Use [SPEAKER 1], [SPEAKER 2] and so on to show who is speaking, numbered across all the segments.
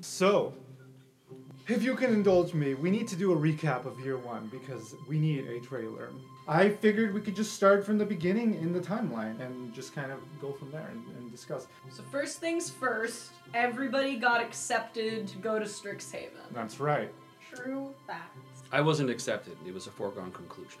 [SPEAKER 1] So, if you can indulge me, we need to do a recap of year one because we need a trailer. I figured we could just start from the beginning in the timeline and just kind of go from there and, and discuss.
[SPEAKER 2] So first things first, everybody got accepted to go to Strixhaven.
[SPEAKER 1] That's right.
[SPEAKER 2] True facts.
[SPEAKER 3] I wasn't accepted. It was a foregone conclusion.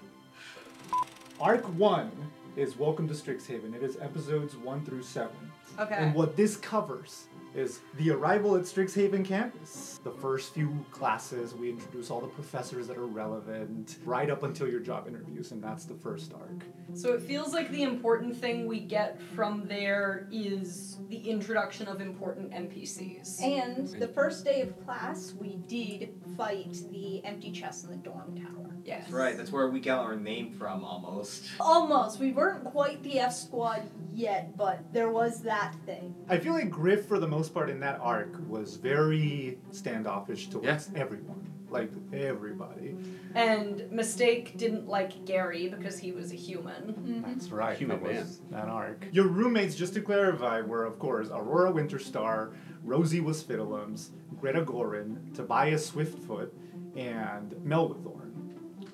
[SPEAKER 1] Arc one is Welcome to Strixhaven. It is episodes one through seven.
[SPEAKER 2] Okay.
[SPEAKER 1] And what this covers is the arrival at Strixhaven campus, the first few classes, we introduce all the professors that are relevant, right up until your job interviews, and that's the first arc.
[SPEAKER 2] So it feels like the important thing we get from there is the introduction of important NPCs.
[SPEAKER 4] And the first day of class, we did fight the empty chest in the dorm tower.
[SPEAKER 2] Yes.
[SPEAKER 5] Right, that's where we got our name from almost.
[SPEAKER 4] Almost. We weren't quite the F squad yet, but there was that thing.
[SPEAKER 1] I feel like Griff, for the most part in that arc, was very standoffish towards everyone, like everybody.
[SPEAKER 2] And Mistake didn't like Gary because he was a human.
[SPEAKER 1] That's right.
[SPEAKER 3] Human
[SPEAKER 1] that was that arc. Your roommates, just to clarify, were of course Aurora Winterstar, Rosie was Fiddlums, Greta Gorin, Tobias Swiftfoot, and Melwithorn,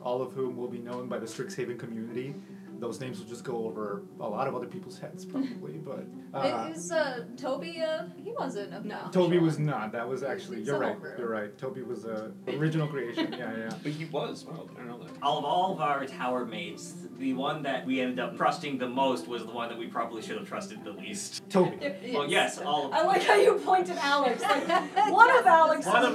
[SPEAKER 1] all of whom will be known by the Strixhaven community. Those names will just go over a lot of other people's heads, probably. but uh,
[SPEAKER 6] it was uh, Toby. Uh, he wasn't obnoxious.
[SPEAKER 1] Toby was not. That was actually.
[SPEAKER 6] It's
[SPEAKER 1] You're
[SPEAKER 6] a
[SPEAKER 1] right.
[SPEAKER 6] homebrew.
[SPEAKER 1] You're right. Toby was a original creation. Yeah, yeah.
[SPEAKER 3] But he was. Wow, I don't know that.
[SPEAKER 5] Of all of our tower mates, the one that we ended up trusting the most was the one that we probably should have trusted the least.
[SPEAKER 1] Toby.
[SPEAKER 5] Well, yes, all of
[SPEAKER 2] I like how you pointed Alex. Like, one of Alex's
[SPEAKER 5] One of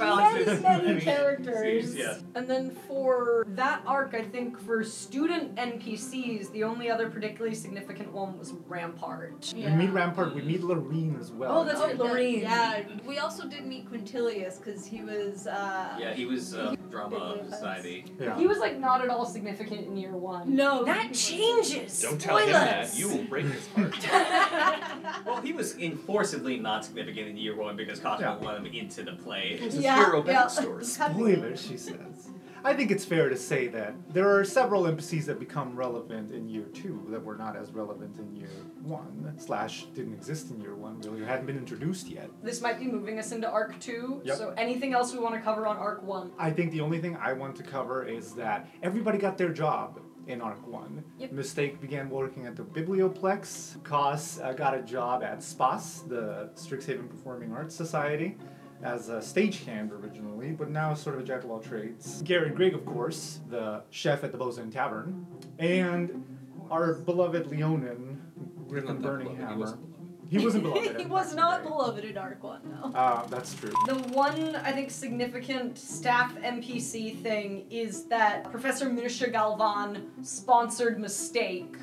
[SPEAKER 2] many,
[SPEAKER 5] Alex's
[SPEAKER 2] many
[SPEAKER 5] many
[SPEAKER 2] characters.
[SPEAKER 5] NPCs, yes.
[SPEAKER 2] And then for that arc, I think for student NPCs, the only other particularly significant one was Rampart.
[SPEAKER 1] We meet Rampart. We meet Lorene as well.
[SPEAKER 2] Oh, that's right, Lorene.
[SPEAKER 6] Yeah, we also did meet Quintilius because he was. Uh,
[SPEAKER 5] Yeah, he was uh, drama society.
[SPEAKER 1] yeah.
[SPEAKER 2] He was like not at all significant in year one.
[SPEAKER 6] No, he
[SPEAKER 2] That
[SPEAKER 6] was-
[SPEAKER 2] changes.
[SPEAKER 3] Don't tell him that. You will break his heart.
[SPEAKER 5] Well, he was enforcedly not significant in year one because Cosmo
[SPEAKER 1] Yeah.
[SPEAKER 5] let him into the play.
[SPEAKER 3] It's a
[SPEAKER 6] Yeah,
[SPEAKER 3] hero
[SPEAKER 6] yeah.
[SPEAKER 3] backstory.
[SPEAKER 1] Spoiler, she says. I think it's fair to say that there are several NPCs that become relevant in year two that were not as relevant in year one, slash didn't exist in year one, really, or hadn't been introduced yet.
[SPEAKER 2] This might be moving us into arc two.
[SPEAKER 1] Yep.
[SPEAKER 2] So anything else we want to cover on arc one?
[SPEAKER 1] I think the only thing I want to cover is that everybody got their job in Arc 1.
[SPEAKER 2] Yep.
[SPEAKER 1] Mistake began working at the Biblioplex. Koss uh, got a job at SPAS, the Strixhaven Performing Arts Society, as a stagehand originally, but now is sort of a jack of all trades. Gary Grigg, of course, the chef at the Bosun Tavern, and our beloved Leonin, Griffin
[SPEAKER 3] Not that
[SPEAKER 1] Burning
[SPEAKER 3] beloved. He
[SPEAKER 1] Hammer.
[SPEAKER 3] wasn't beloved.
[SPEAKER 1] He wasn't beloved.
[SPEAKER 6] he was not beloved in Arc One though.
[SPEAKER 1] Uh, that's true.
[SPEAKER 2] The one I think significant staff NPC thing is that Professor Minisha Galvan sponsored Mistake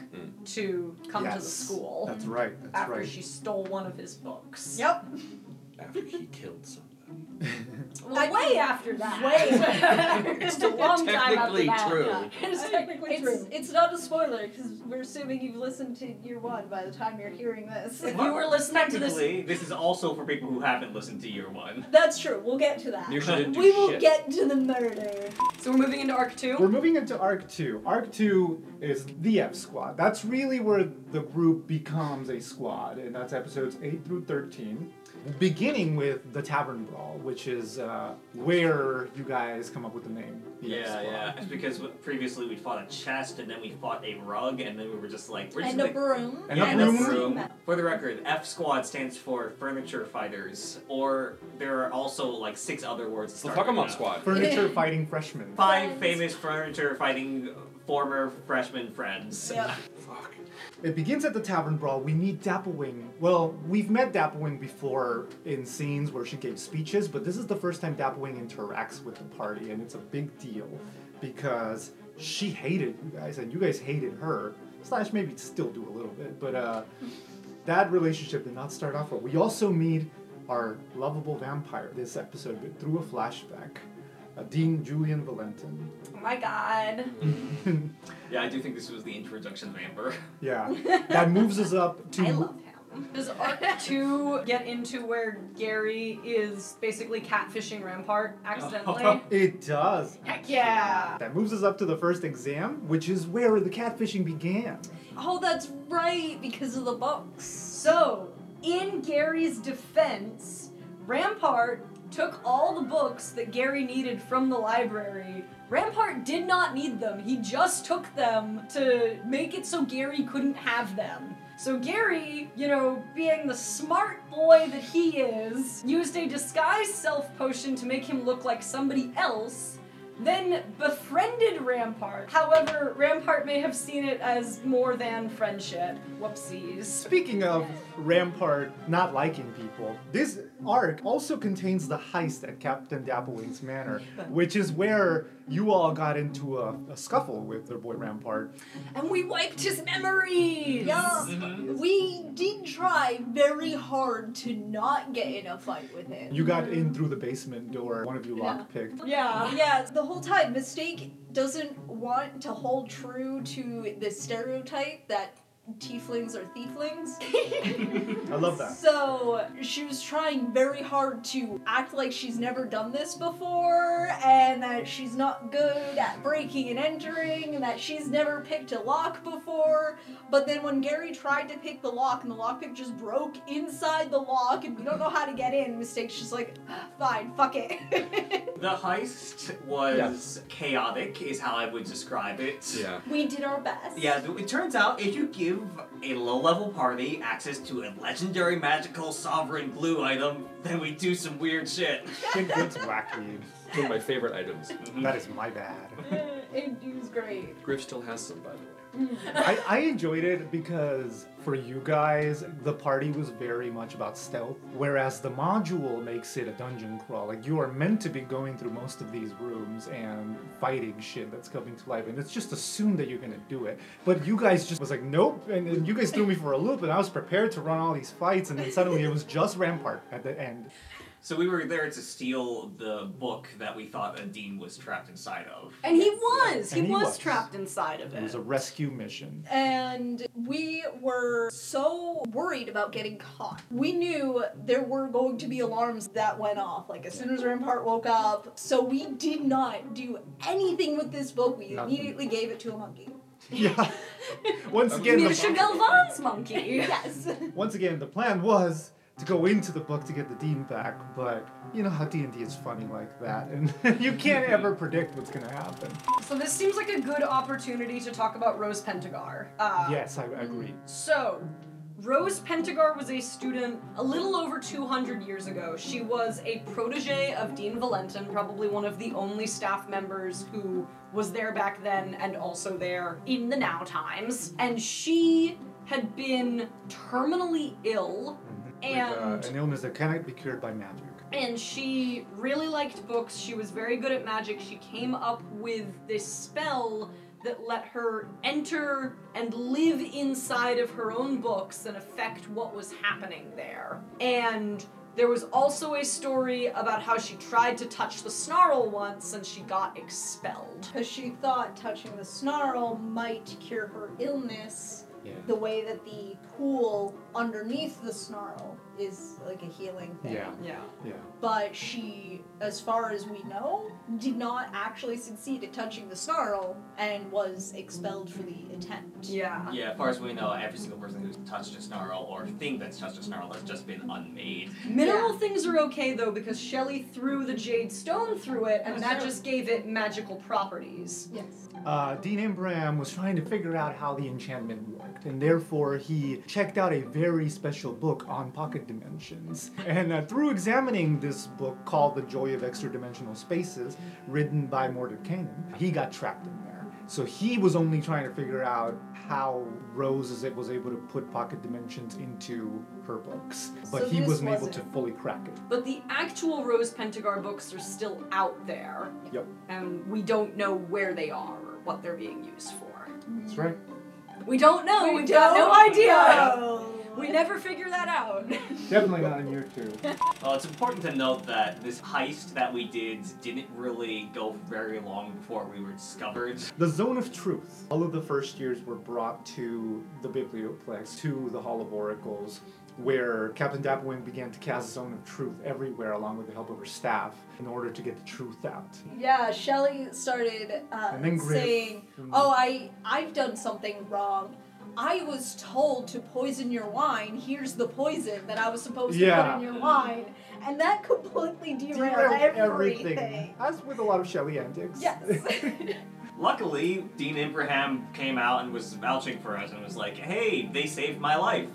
[SPEAKER 2] to come to the
[SPEAKER 1] Yes.
[SPEAKER 2] school
[SPEAKER 1] That's right. That's
[SPEAKER 2] after
[SPEAKER 1] right.
[SPEAKER 2] she stole one of his books.
[SPEAKER 6] Yep.
[SPEAKER 3] After he killed somebody.
[SPEAKER 2] Well,
[SPEAKER 6] I-
[SPEAKER 2] way after that.
[SPEAKER 6] Way.
[SPEAKER 2] it's a long time after
[SPEAKER 3] Technically
[SPEAKER 2] that.
[SPEAKER 3] true.
[SPEAKER 2] yeah. It's technically
[SPEAKER 6] it's,
[SPEAKER 2] true.
[SPEAKER 6] It's not a spoiler because we're assuming you've listened to year one by the time you're hearing this.
[SPEAKER 2] If you were listening to this
[SPEAKER 5] Technically, this is also for people who haven't listened to year one.
[SPEAKER 6] That's true. We'll get to that.
[SPEAKER 3] Nearly didn't do
[SPEAKER 6] we will
[SPEAKER 3] shit.
[SPEAKER 6] get to the murder.
[SPEAKER 2] So we're moving into arc two.
[SPEAKER 1] We're moving into Arc 2. Arc 2 is the F Squad. That's really where the group becomes a squad, and that's episodes 8 through 13. Beginning with the Tavern Brawl, which is uh, where you guys come up with the name. The F
[SPEAKER 5] Yeah,
[SPEAKER 1] Squad.
[SPEAKER 5] yeah. It's because w- previously we fought a chest, and then we fought a rug, and then we were just like, we're just
[SPEAKER 6] And a
[SPEAKER 5] gonna-
[SPEAKER 6] broom.
[SPEAKER 1] And
[SPEAKER 5] Yeah,
[SPEAKER 1] a
[SPEAKER 5] and
[SPEAKER 1] broom.
[SPEAKER 5] For the record, F Squad stands for Furniture Fighters, or there are also like six other words.
[SPEAKER 3] Well,
[SPEAKER 5] Start
[SPEAKER 3] fuck him
[SPEAKER 5] with
[SPEAKER 3] up,
[SPEAKER 5] F.
[SPEAKER 3] squad.
[SPEAKER 1] Furniture fighting freshmen.
[SPEAKER 5] Five
[SPEAKER 6] Friends.
[SPEAKER 5] famous furniture fighting former freshman friends.
[SPEAKER 6] Yep.
[SPEAKER 3] Fuck.
[SPEAKER 1] It begins at the Tavern Brawl. We meet Dapplewing. Well, we've met Dapplewing before in scenes where she gave speeches, but this is the first time Dapplewing interacts with the party, and it's a big deal because she hated you guys, and you guys hated her. Slash, maybe still do a little bit, but uh, that relationship did not start off well. We also meet our lovable vampire this episode but through a flashback. Uh, Dean Julian Valentin.
[SPEAKER 2] Oh my god. Mm-hmm.
[SPEAKER 5] Yeah, I do think this was the introduction of Amber.
[SPEAKER 1] Yeah, that moves us up to
[SPEAKER 2] I love him. Does arc two get into where Gary is basically catfishing Rampart accidentally?
[SPEAKER 1] It does.
[SPEAKER 2] Heck yeah.
[SPEAKER 1] That moves us up to the first exam, which is where the catfishing began.
[SPEAKER 6] Oh, that's right, because of the books.
[SPEAKER 2] So, in Gary's defense, Rampart took all the books that Gary needed from the library. Rampart did not need them. He just took them to make it so Gary couldn't have them. So Gary, you know, being the smart boy that he is, used a disguise self potion to make him look like somebody else then befriended Rampart. However, Rampart may have seen it as more than friendship. Whoopsies.
[SPEAKER 1] Speaking of Rampart not liking people, this arc also contains the heist at Captain Dapplewing's manor, which is where you all got into a, a scuffle with their boy Rampart.
[SPEAKER 2] And we wiped his memories!
[SPEAKER 4] Yeah,
[SPEAKER 3] Mm-hmm.
[SPEAKER 4] we did try very hard to not get in a fight with him.
[SPEAKER 1] You got in through the basement door, one of you
[SPEAKER 4] Yeah.
[SPEAKER 1] lockpicked.
[SPEAKER 2] Yeah.
[SPEAKER 4] Uh, Yeah, the whole time, Mistake doesn't want to hold true to the stereotype that tieflings are thieflings.
[SPEAKER 1] I love that.
[SPEAKER 4] So she was trying very hard to act like she's never done this before and that she's not good at breaking and entering and that she's never picked a lock before. But then when Gary tried to pick the lock and the lockpick just broke inside the lock and we don't know how to get in, Mistake's just like, "Ah, fine, fuck it.
[SPEAKER 5] The heist was chaotic, is how I would describe it.
[SPEAKER 3] Yeah.
[SPEAKER 4] we did our best.
[SPEAKER 5] Yeah, th- it turns out if you give a low level party access to a legendary magical sovereign blue item, then we do some weird shit.
[SPEAKER 1] It gets wacky.
[SPEAKER 3] One of my favorite items.
[SPEAKER 1] That is my bad.
[SPEAKER 4] it was great.
[SPEAKER 3] Griff still has some, by the way.
[SPEAKER 1] I, I enjoyed it because for you guys, the party was very much about stealth, whereas the module makes it a dungeon crawl. Like you are meant to be going through most of these rooms and fighting shit that's coming to life, and it's just assumed that you're gonna do it. But you guys just was like, nope, and, and you guys threw me for a loop, and I was prepared to run all these fights, and then suddenly it was just Rampart at the end.
[SPEAKER 5] So we were there to steal the book that we thought a dean was trapped inside of.
[SPEAKER 2] And he was.
[SPEAKER 1] And
[SPEAKER 2] he
[SPEAKER 1] he
[SPEAKER 2] was,
[SPEAKER 1] was.
[SPEAKER 2] trapped inside of
[SPEAKER 1] It was
[SPEAKER 2] it.
[SPEAKER 1] a rescue mission.
[SPEAKER 4] and we were so worried about getting caught. We knew there were going to be alarms that went off, like as soon as Rampart woke up. So we did not do anything with this book. We
[SPEAKER 1] Nothing.
[SPEAKER 4] immediately gave it to a monkey.
[SPEAKER 1] Yeah. Once
[SPEAKER 3] Okay.
[SPEAKER 1] again, the
[SPEAKER 2] Misha Galvan's monkey.
[SPEAKER 4] Yes.
[SPEAKER 1] Once again, the plan was to go into the book to get the dean back, but you know how D&D is funny like that, and you can't ever predict what's going to happen.
[SPEAKER 2] so this seems like a good opportunity to talk about Rose Pentagar. Uh,
[SPEAKER 1] Yes, I agree.
[SPEAKER 2] So, Rose Pentagar was a student a little over 200 years ago. She was a protege of Dean Valentin, probably one of the only staff members who was there back then and also there in the now times. And she had been terminally ill and
[SPEAKER 1] With, uh, an illness that cannot be cured by magic.
[SPEAKER 2] and she really liked books. She was very good at magic. She came up with this spell that let her enter and live inside of her own books and affect what was happening there. And there was also a story about how she tried to touch the snarl once and she got expelled.
[SPEAKER 4] Because she thought touching the snarl might cure her illness
[SPEAKER 1] Yeah.
[SPEAKER 4] the way that the pool underneath the snarl is like a healing thing.
[SPEAKER 1] Yeah,
[SPEAKER 2] Yeah.
[SPEAKER 1] yeah.
[SPEAKER 4] but she, as far as we know, did not actually succeed at touching the snarl and was expelled for the attempt.
[SPEAKER 2] Yeah.
[SPEAKER 5] Yeah, as far as we know, every single person who's touched a snarl or thing that's touched a snarl has just been unmade.
[SPEAKER 2] Mineral things are okay though because Shelley threw the jade stone through it and
[SPEAKER 5] That's
[SPEAKER 2] that
[SPEAKER 5] true.
[SPEAKER 2] just gave it magical properties.
[SPEAKER 4] Yes.
[SPEAKER 1] Uh, Dean Imbram was trying to figure out how the enchantment worked, and therefore he checked out a very special book on pocket dimensions. And uh, through examining this book called The Joy of Extra Dimensional Spaces, written by Mordekainen, he got trapped in there. So he was only trying to figure out how Rose is- was able to put pocket dimensions into her books, but
[SPEAKER 4] So
[SPEAKER 1] he
[SPEAKER 4] this
[SPEAKER 1] wasn't able
[SPEAKER 4] wasn't-
[SPEAKER 1] to fully crack it.
[SPEAKER 2] But the actual Rose Pentagar books are still out there.
[SPEAKER 1] Yep.
[SPEAKER 2] And we don't know where they are or what they're being used for.
[SPEAKER 1] That's right.
[SPEAKER 2] We don't know.
[SPEAKER 4] We
[SPEAKER 2] Oh, We've got no
[SPEAKER 4] don't
[SPEAKER 2] idea.
[SPEAKER 4] know.
[SPEAKER 2] We never figure that out.
[SPEAKER 1] Definitely not in year two.
[SPEAKER 5] Well, it's important to note that this heist that we did didn't really go very long before we were discovered.
[SPEAKER 1] The Zone of Truth. All of the first years were brought to the Biblioplex, to the Hall of Oracles, where Captain Dapperwing began to cast Zone of Truth everywhere along with the help of her staff in order to get the truth out.
[SPEAKER 4] Yeah, Shelley started uh,
[SPEAKER 1] And then Griff.
[SPEAKER 4] saying, "Oh, I I've done something wrong.
[SPEAKER 6] I was told to poison your wine. Here's the poison that I was supposed
[SPEAKER 1] Yeah.
[SPEAKER 6] to put in your wine. And that completely derailed,
[SPEAKER 1] Derailed
[SPEAKER 6] everything.
[SPEAKER 1] As with a lot of Shelley antics.
[SPEAKER 6] Yes.
[SPEAKER 5] Luckily, Dean Imbraham came out and was vouching for us and was like, hey, they saved my life.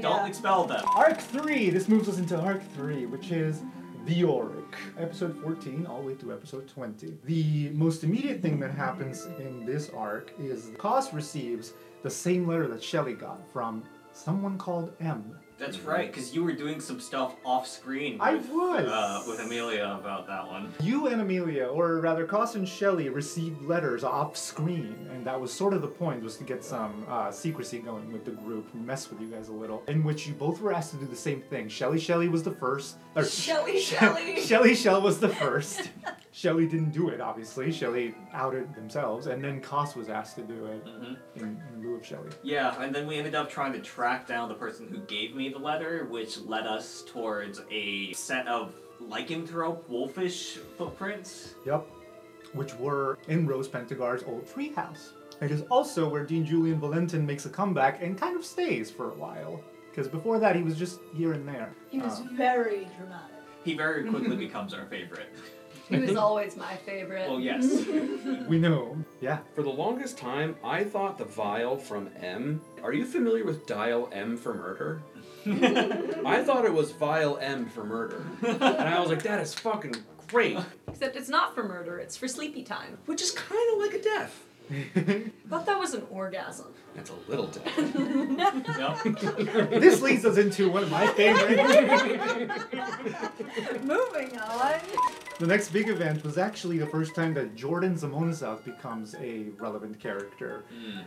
[SPEAKER 5] Don't
[SPEAKER 2] Yeah.
[SPEAKER 5] expel them.
[SPEAKER 1] Arc 3! This moves us into Arc 3, which is the Auric. Episode 14, all the way through episode 20. The most immediate thing that happens in this arc is Cos receives the same letter that Shelley got from someone called M.
[SPEAKER 5] That's right, because you were doing some stuff off screen.
[SPEAKER 1] I
[SPEAKER 5] with,
[SPEAKER 1] was.
[SPEAKER 5] Uh, with Amelia about that one.
[SPEAKER 1] You and Amelia, or rather Cos and Shelley, received letters off screen, and that was sort of the point, was to get some uh, secrecy going with the group, mess with you guys a little, in which you both were asked to do the same thing. Shelley Shelley was the first. Or
[SPEAKER 2] Shelley,
[SPEAKER 1] She-
[SPEAKER 2] Shelley.
[SPEAKER 1] Shelley Shell was the first. Shelley didn't do it, obviously. Shelley outed themselves, and then Cos was asked to do it
[SPEAKER 5] Mhm.
[SPEAKER 1] in, in lieu of Shelley.
[SPEAKER 5] Yeah, and then we ended up trying to track down the person who gave me the letter, which led us towards a set of lycanthrope wolfish footprints.
[SPEAKER 1] Yep. Which were in Rose Pentagar's old treehouse. It is also where Dean Julian Valentin makes a comeback and kind of stays for a while. Because before that, he was just here and there.
[SPEAKER 6] he was
[SPEAKER 1] Uh,
[SPEAKER 6] very dramatic.
[SPEAKER 5] He very quickly becomes our favorite.
[SPEAKER 2] He was always my favorite.
[SPEAKER 1] Oh,
[SPEAKER 5] Well, yes.
[SPEAKER 1] we know. Yeah.
[SPEAKER 3] For the longest time, I thought the vial from M. Are you familiar with dial M for murder? I thought it was vial M for murder. And I was like, that is fucking great.
[SPEAKER 2] Except it's not for murder, it's for sleepy time.
[SPEAKER 3] Which is kind of like a death.
[SPEAKER 2] But that was an orgasm.
[SPEAKER 3] That's a little death.
[SPEAKER 5] no?
[SPEAKER 1] this leads us into one of my favorite.
[SPEAKER 6] Moving on.
[SPEAKER 1] the next big event was actually the first time that Jordan Zamonazov becomes a relevant character.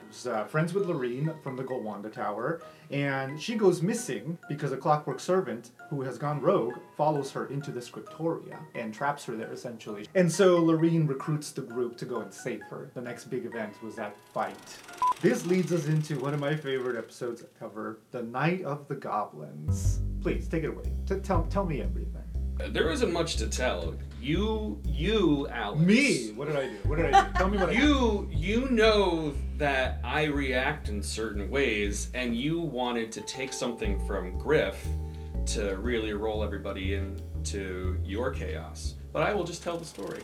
[SPEAKER 1] was uh, friends with Lorene from the Golwanda Tower, and she goes missing because a clockwork servant who has gone rogue follows her into the scriptoria and traps her there essentially. And so Lorene recruits the group to go and save her. The next big event was that fight. This leads us into one of my favorite episodes ever, The Night of the Goblins. Please take it away. T- tell, tell me everything.
[SPEAKER 3] there isn't much to tell. You, you, Alex.
[SPEAKER 1] Me? What did I do? What did I do? Tell me what I did.
[SPEAKER 3] You you know that I react in certain ways, and you wanted to take something from Griff to really roll everybody into your chaos. But I will just tell the story.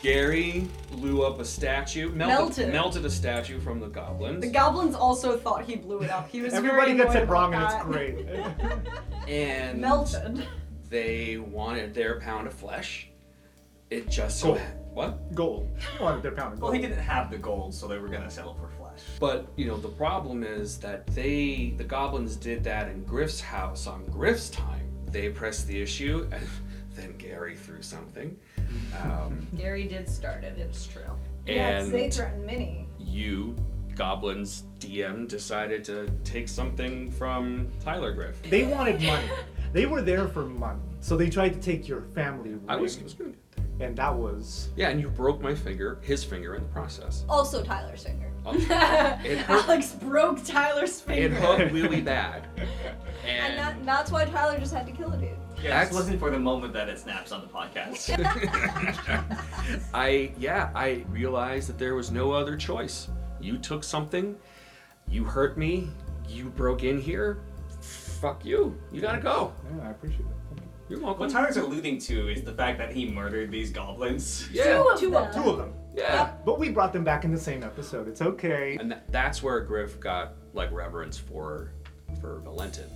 [SPEAKER 3] Gary blew up a statue, melted,
[SPEAKER 2] Melted.
[SPEAKER 3] melted a statue from the goblins,
[SPEAKER 2] The goblins also thought he blew it up. He was
[SPEAKER 1] Everybody
[SPEAKER 2] very
[SPEAKER 1] gets it
[SPEAKER 2] annoyed
[SPEAKER 1] wrong and it's
[SPEAKER 2] about that.
[SPEAKER 1] great.
[SPEAKER 3] and
[SPEAKER 2] Melted.
[SPEAKER 3] they wanted their pound of flesh. It just so
[SPEAKER 1] Cool.
[SPEAKER 3] what?
[SPEAKER 1] gold. I wanted their pound of gold.
[SPEAKER 5] Well, he didn't have the gold, so they were gonna settle for flesh.
[SPEAKER 3] But you know, the problem is that they, the goblins, did that in Griff's house on Griff's time. They pressed the issue, and then Gary threw something, um,
[SPEAKER 2] Gary did start it, it's true.
[SPEAKER 6] Yes, they
[SPEAKER 3] and
[SPEAKER 6] threatened Minnie.
[SPEAKER 3] you, goblins DM, decided to take something from Tyler Griff.
[SPEAKER 1] They wanted money. They were there for money. So they tried to take your family ring,
[SPEAKER 3] I was, it was good.
[SPEAKER 1] and that was
[SPEAKER 3] Yeah, and you broke my finger, his finger in the process.
[SPEAKER 6] Also Tyler's finger.
[SPEAKER 1] Oh.
[SPEAKER 3] It hurt.
[SPEAKER 2] Alex broke Tyler's
[SPEAKER 3] It
[SPEAKER 2] finger.
[SPEAKER 3] hurt really bad.
[SPEAKER 6] And
[SPEAKER 3] And
[SPEAKER 6] that, that's why Tyler just had to kill a dude.
[SPEAKER 5] Yeah,
[SPEAKER 3] That's-
[SPEAKER 5] just listen for the moment that it snaps on the podcast.
[SPEAKER 3] I yeah, I realized that there was no other choice. You took something, you hurt me, you broke in here. Fuck you. You gotta go.
[SPEAKER 1] yeah, I appreciate it. Thank
[SPEAKER 3] You're
[SPEAKER 5] what
[SPEAKER 3] welcome.
[SPEAKER 5] Tyler's alluding to is the fact that he murdered these goblins.
[SPEAKER 3] Yeah,
[SPEAKER 2] Two of them.
[SPEAKER 1] you. Two of them.
[SPEAKER 3] yeah.
[SPEAKER 1] But we brought them back in the same episode. It's okay.
[SPEAKER 3] And tha- that's where Griff got like reverence for for Valentin.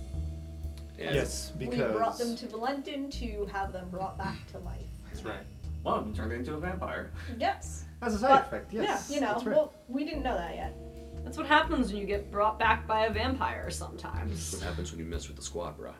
[SPEAKER 3] And
[SPEAKER 1] Yes, because
[SPEAKER 6] We brought them to Valentin to have them brought back to life.
[SPEAKER 3] That's right.
[SPEAKER 5] One of them turned into a vampire.
[SPEAKER 6] Yes.
[SPEAKER 1] as a side
[SPEAKER 6] But-
[SPEAKER 1] effect. Yes,
[SPEAKER 6] yeah, you know,
[SPEAKER 1] that's right.
[SPEAKER 6] well, we didn't know that yet.
[SPEAKER 2] That's what happens when you get brought back by a vampire sometimes.
[SPEAKER 3] What happens when you mess with the squad, bruh?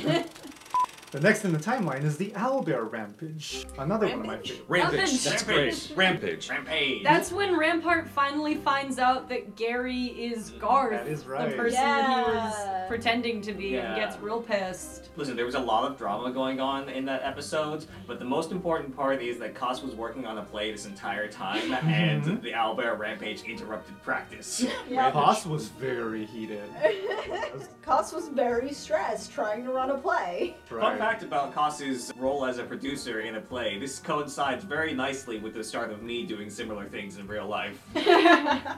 [SPEAKER 1] the next in the timeline is the owlbear rampage. Another one of my
[SPEAKER 2] Rampage?
[SPEAKER 1] favorites.
[SPEAKER 3] Rampage.
[SPEAKER 2] Rampage.
[SPEAKER 3] That's great. Rampage.
[SPEAKER 5] Rampage!
[SPEAKER 2] That's when Rampart finally finds out that Gary is Garth,
[SPEAKER 1] That is right.
[SPEAKER 2] the person that he was
[SPEAKER 6] Yeah.
[SPEAKER 2] pretending to be, and
[SPEAKER 5] Yeah.
[SPEAKER 2] gets real pissed.
[SPEAKER 5] Listen, there was a lot of drama going on in that episode, but the most important part is that Cos was working on a play this entire time, and the owlbear rampage interrupted practice.
[SPEAKER 1] Boss was very heated.
[SPEAKER 6] Cos was very stressed trying to run a play.
[SPEAKER 5] Fun fact about Kasu's role as a producer in a play, this coincides very nicely with the start of me doing similar things in real life.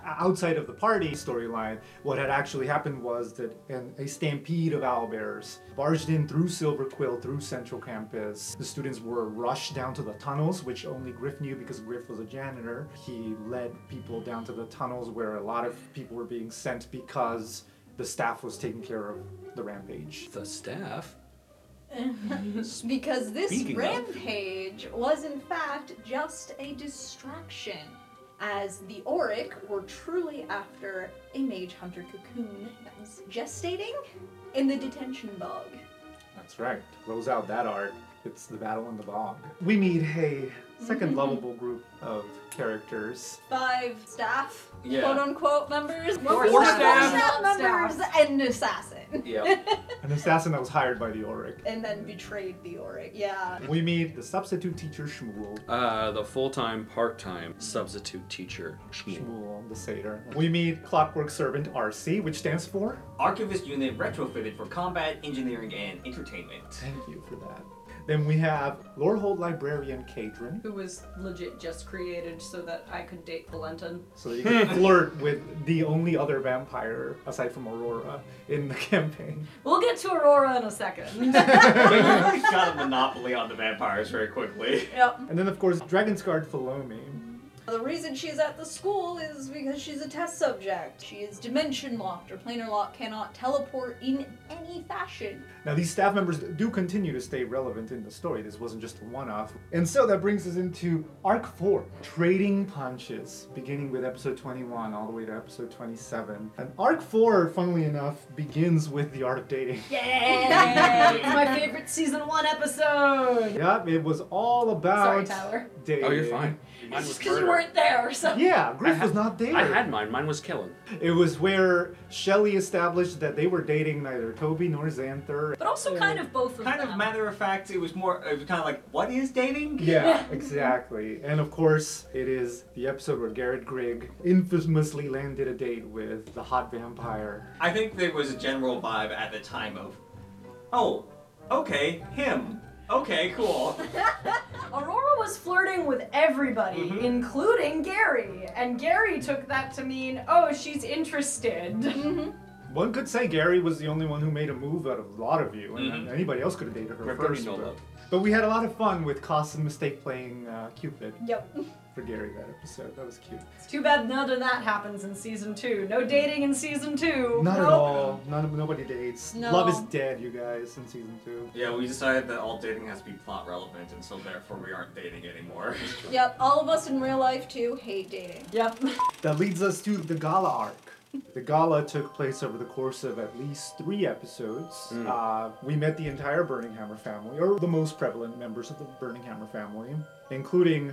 [SPEAKER 1] outside of the party storyline, what had actually happened was that an, a stampede of owlbears barged in through Silver Quill, through Central Campus. The students were rushed down to the tunnels, which only Griff knew because Griff was a janitor. He led people down to the tunnels where a lot of people were being sent because the staff was taking care of the rampage.
[SPEAKER 3] The staff?
[SPEAKER 4] Because this
[SPEAKER 3] Speaking of-
[SPEAKER 4] rampage was in fact just a distraction, as the Auric were truly after a mage hunter cocoon that was gestating in the detention bog.
[SPEAKER 1] That's right. Close out that arc. It's the battle in the bog. We meet a second lovable group of characters.
[SPEAKER 4] Five staff,
[SPEAKER 5] Yeah.
[SPEAKER 4] quote unquote members,
[SPEAKER 2] Four
[SPEAKER 4] four
[SPEAKER 3] staff.
[SPEAKER 4] staff
[SPEAKER 2] Four staff.
[SPEAKER 4] members, and an assassin.
[SPEAKER 5] Yeah.
[SPEAKER 1] An assassin that was hired by the Auric.
[SPEAKER 4] And then betrayed the Auric, yeah.
[SPEAKER 1] We meet the substitute teacher Shmuel,
[SPEAKER 3] Uh, the full time, part time substitute teacher.
[SPEAKER 1] Shmuel the satyr. We meet clockwork servant RC, which stands for.
[SPEAKER 5] Archivist unit retrofitted for combat, engineering, and entertainment.
[SPEAKER 1] Thank you for that. Then we have Lorehold librarian Cadron,
[SPEAKER 2] Who was legit just created so that I could date Valentin.
[SPEAKER 1] so that you can flirt with the only other vampire aside from Aurora in the campaign.
[SPEAKER 2] We'll get to Aurora in a second.
[SPEAKER 5] We really got a monopoly on the vampires very quickly.
[SPEAKER 4] Yep.
[SPEAKER 1] And then of course Dragon's Guard Philome.
[SPEAKER 4] The reason she's at the school is because she's a test subject. She is dimension locked, or planar lock cannot teleport in any fashion.
[SPEAKER 1] Now these staff members do continue to stay relevant in the story. This wasn't just a one-off. And so that brings us into arc 4, trading punches, beginning with episode 21 all the way to episode 27. And arc 4, funnily enough, begins with the art of dating.
[SPEAKER 2] Yay! it's my favorite season one episode.
[SPEAKER 1] Yep, it was all about
[SPEAKER 2] Sorry, Tyler.
[SPEAKER 1] dating.
[SPEAKER 3] Oh, you're fine. Mine
[SPEAKER 2] It's
[SPEAKER 3] was
[SPEAKER 2] just because you
[SPEAKER 3] murder.
[SPEAKER 2] weren't there, so.
[SPEAKER 1] Yeah, Griff
[SPEAKER 3] I
[SPEAKER 1] was
[SPEAKER 3] had-
[SPEAKER 1] not there.
[SPEAKER 3] I had mine. Mine was killing.
[SPEAKER 1] It was where Shelley established that they were dating neither Toby nor Xanther.
[SPEAKER 2] But also kind of both of
[SPEAKER 5] Kind
[SPEAKER 2] them.
[SPEAKER 5] of matter of fact, it was more, it was kind of like, what is dating?
[SPEAKER 1] Yeah, exactly. And of course, it is the episode where Garrett Grigg infamously landed a date with the hot vampire.
[SPEAKER 5] I think there was a general vibe at the time of, oh, okay, him. Okay, cool.
[SPEAKER 2] Aurora was flirting with everybody,
[SPEAKER 3] Mm-hmm.
[SPEAKER 5] Mhm.
[SPEAKER 2] including Gary. And Gary took that to mean, oh, she's interested.
[SPEAKER 3] Mm-hmm.
[SPEAKER 1] One could say Gary was the only one who made a move out of a lot of you, and
[SPEAKER 5] Mhm.
[SPEAKER 1] anybody else could have dated her
[SPEAKER 3] Roberto
[SPEAKER 1] first.
[SPEAKER 3] Nola.
[SPEAKER 1] But, but we had a lot of fun with Cost and Mistake playing uh, Cupid
[SPEAKER 2] Yep.
[SPEAKER 1] for Gary that episode. That was cute.
[SPEAKER 2] It's too bad none of that happens in season two. No dating in season two.
[SPEAKER 1] Not at
[SPEAKER 2] Nope.
[SPEAKER 1] all. None, nobody dates.
[SPEAKER 4] No.
[SPEAKER 1] Love is dead, you guys, in season two.
[SPEAKER 5] Yeah, we decided that all dating has to be plot relevant, and so therefore we aren't dating anymore.
[SPEAKER 4] Yep, all of us in real life too hate dating.
[SPEAKER 2] Yep.
[SPEAKER 1] That leads us to the gala arc. The gala took place over the course of at least three episodes. Uh, we met the entire Burning Hammer family, or the most prevalent members of the Burning Hammer family, including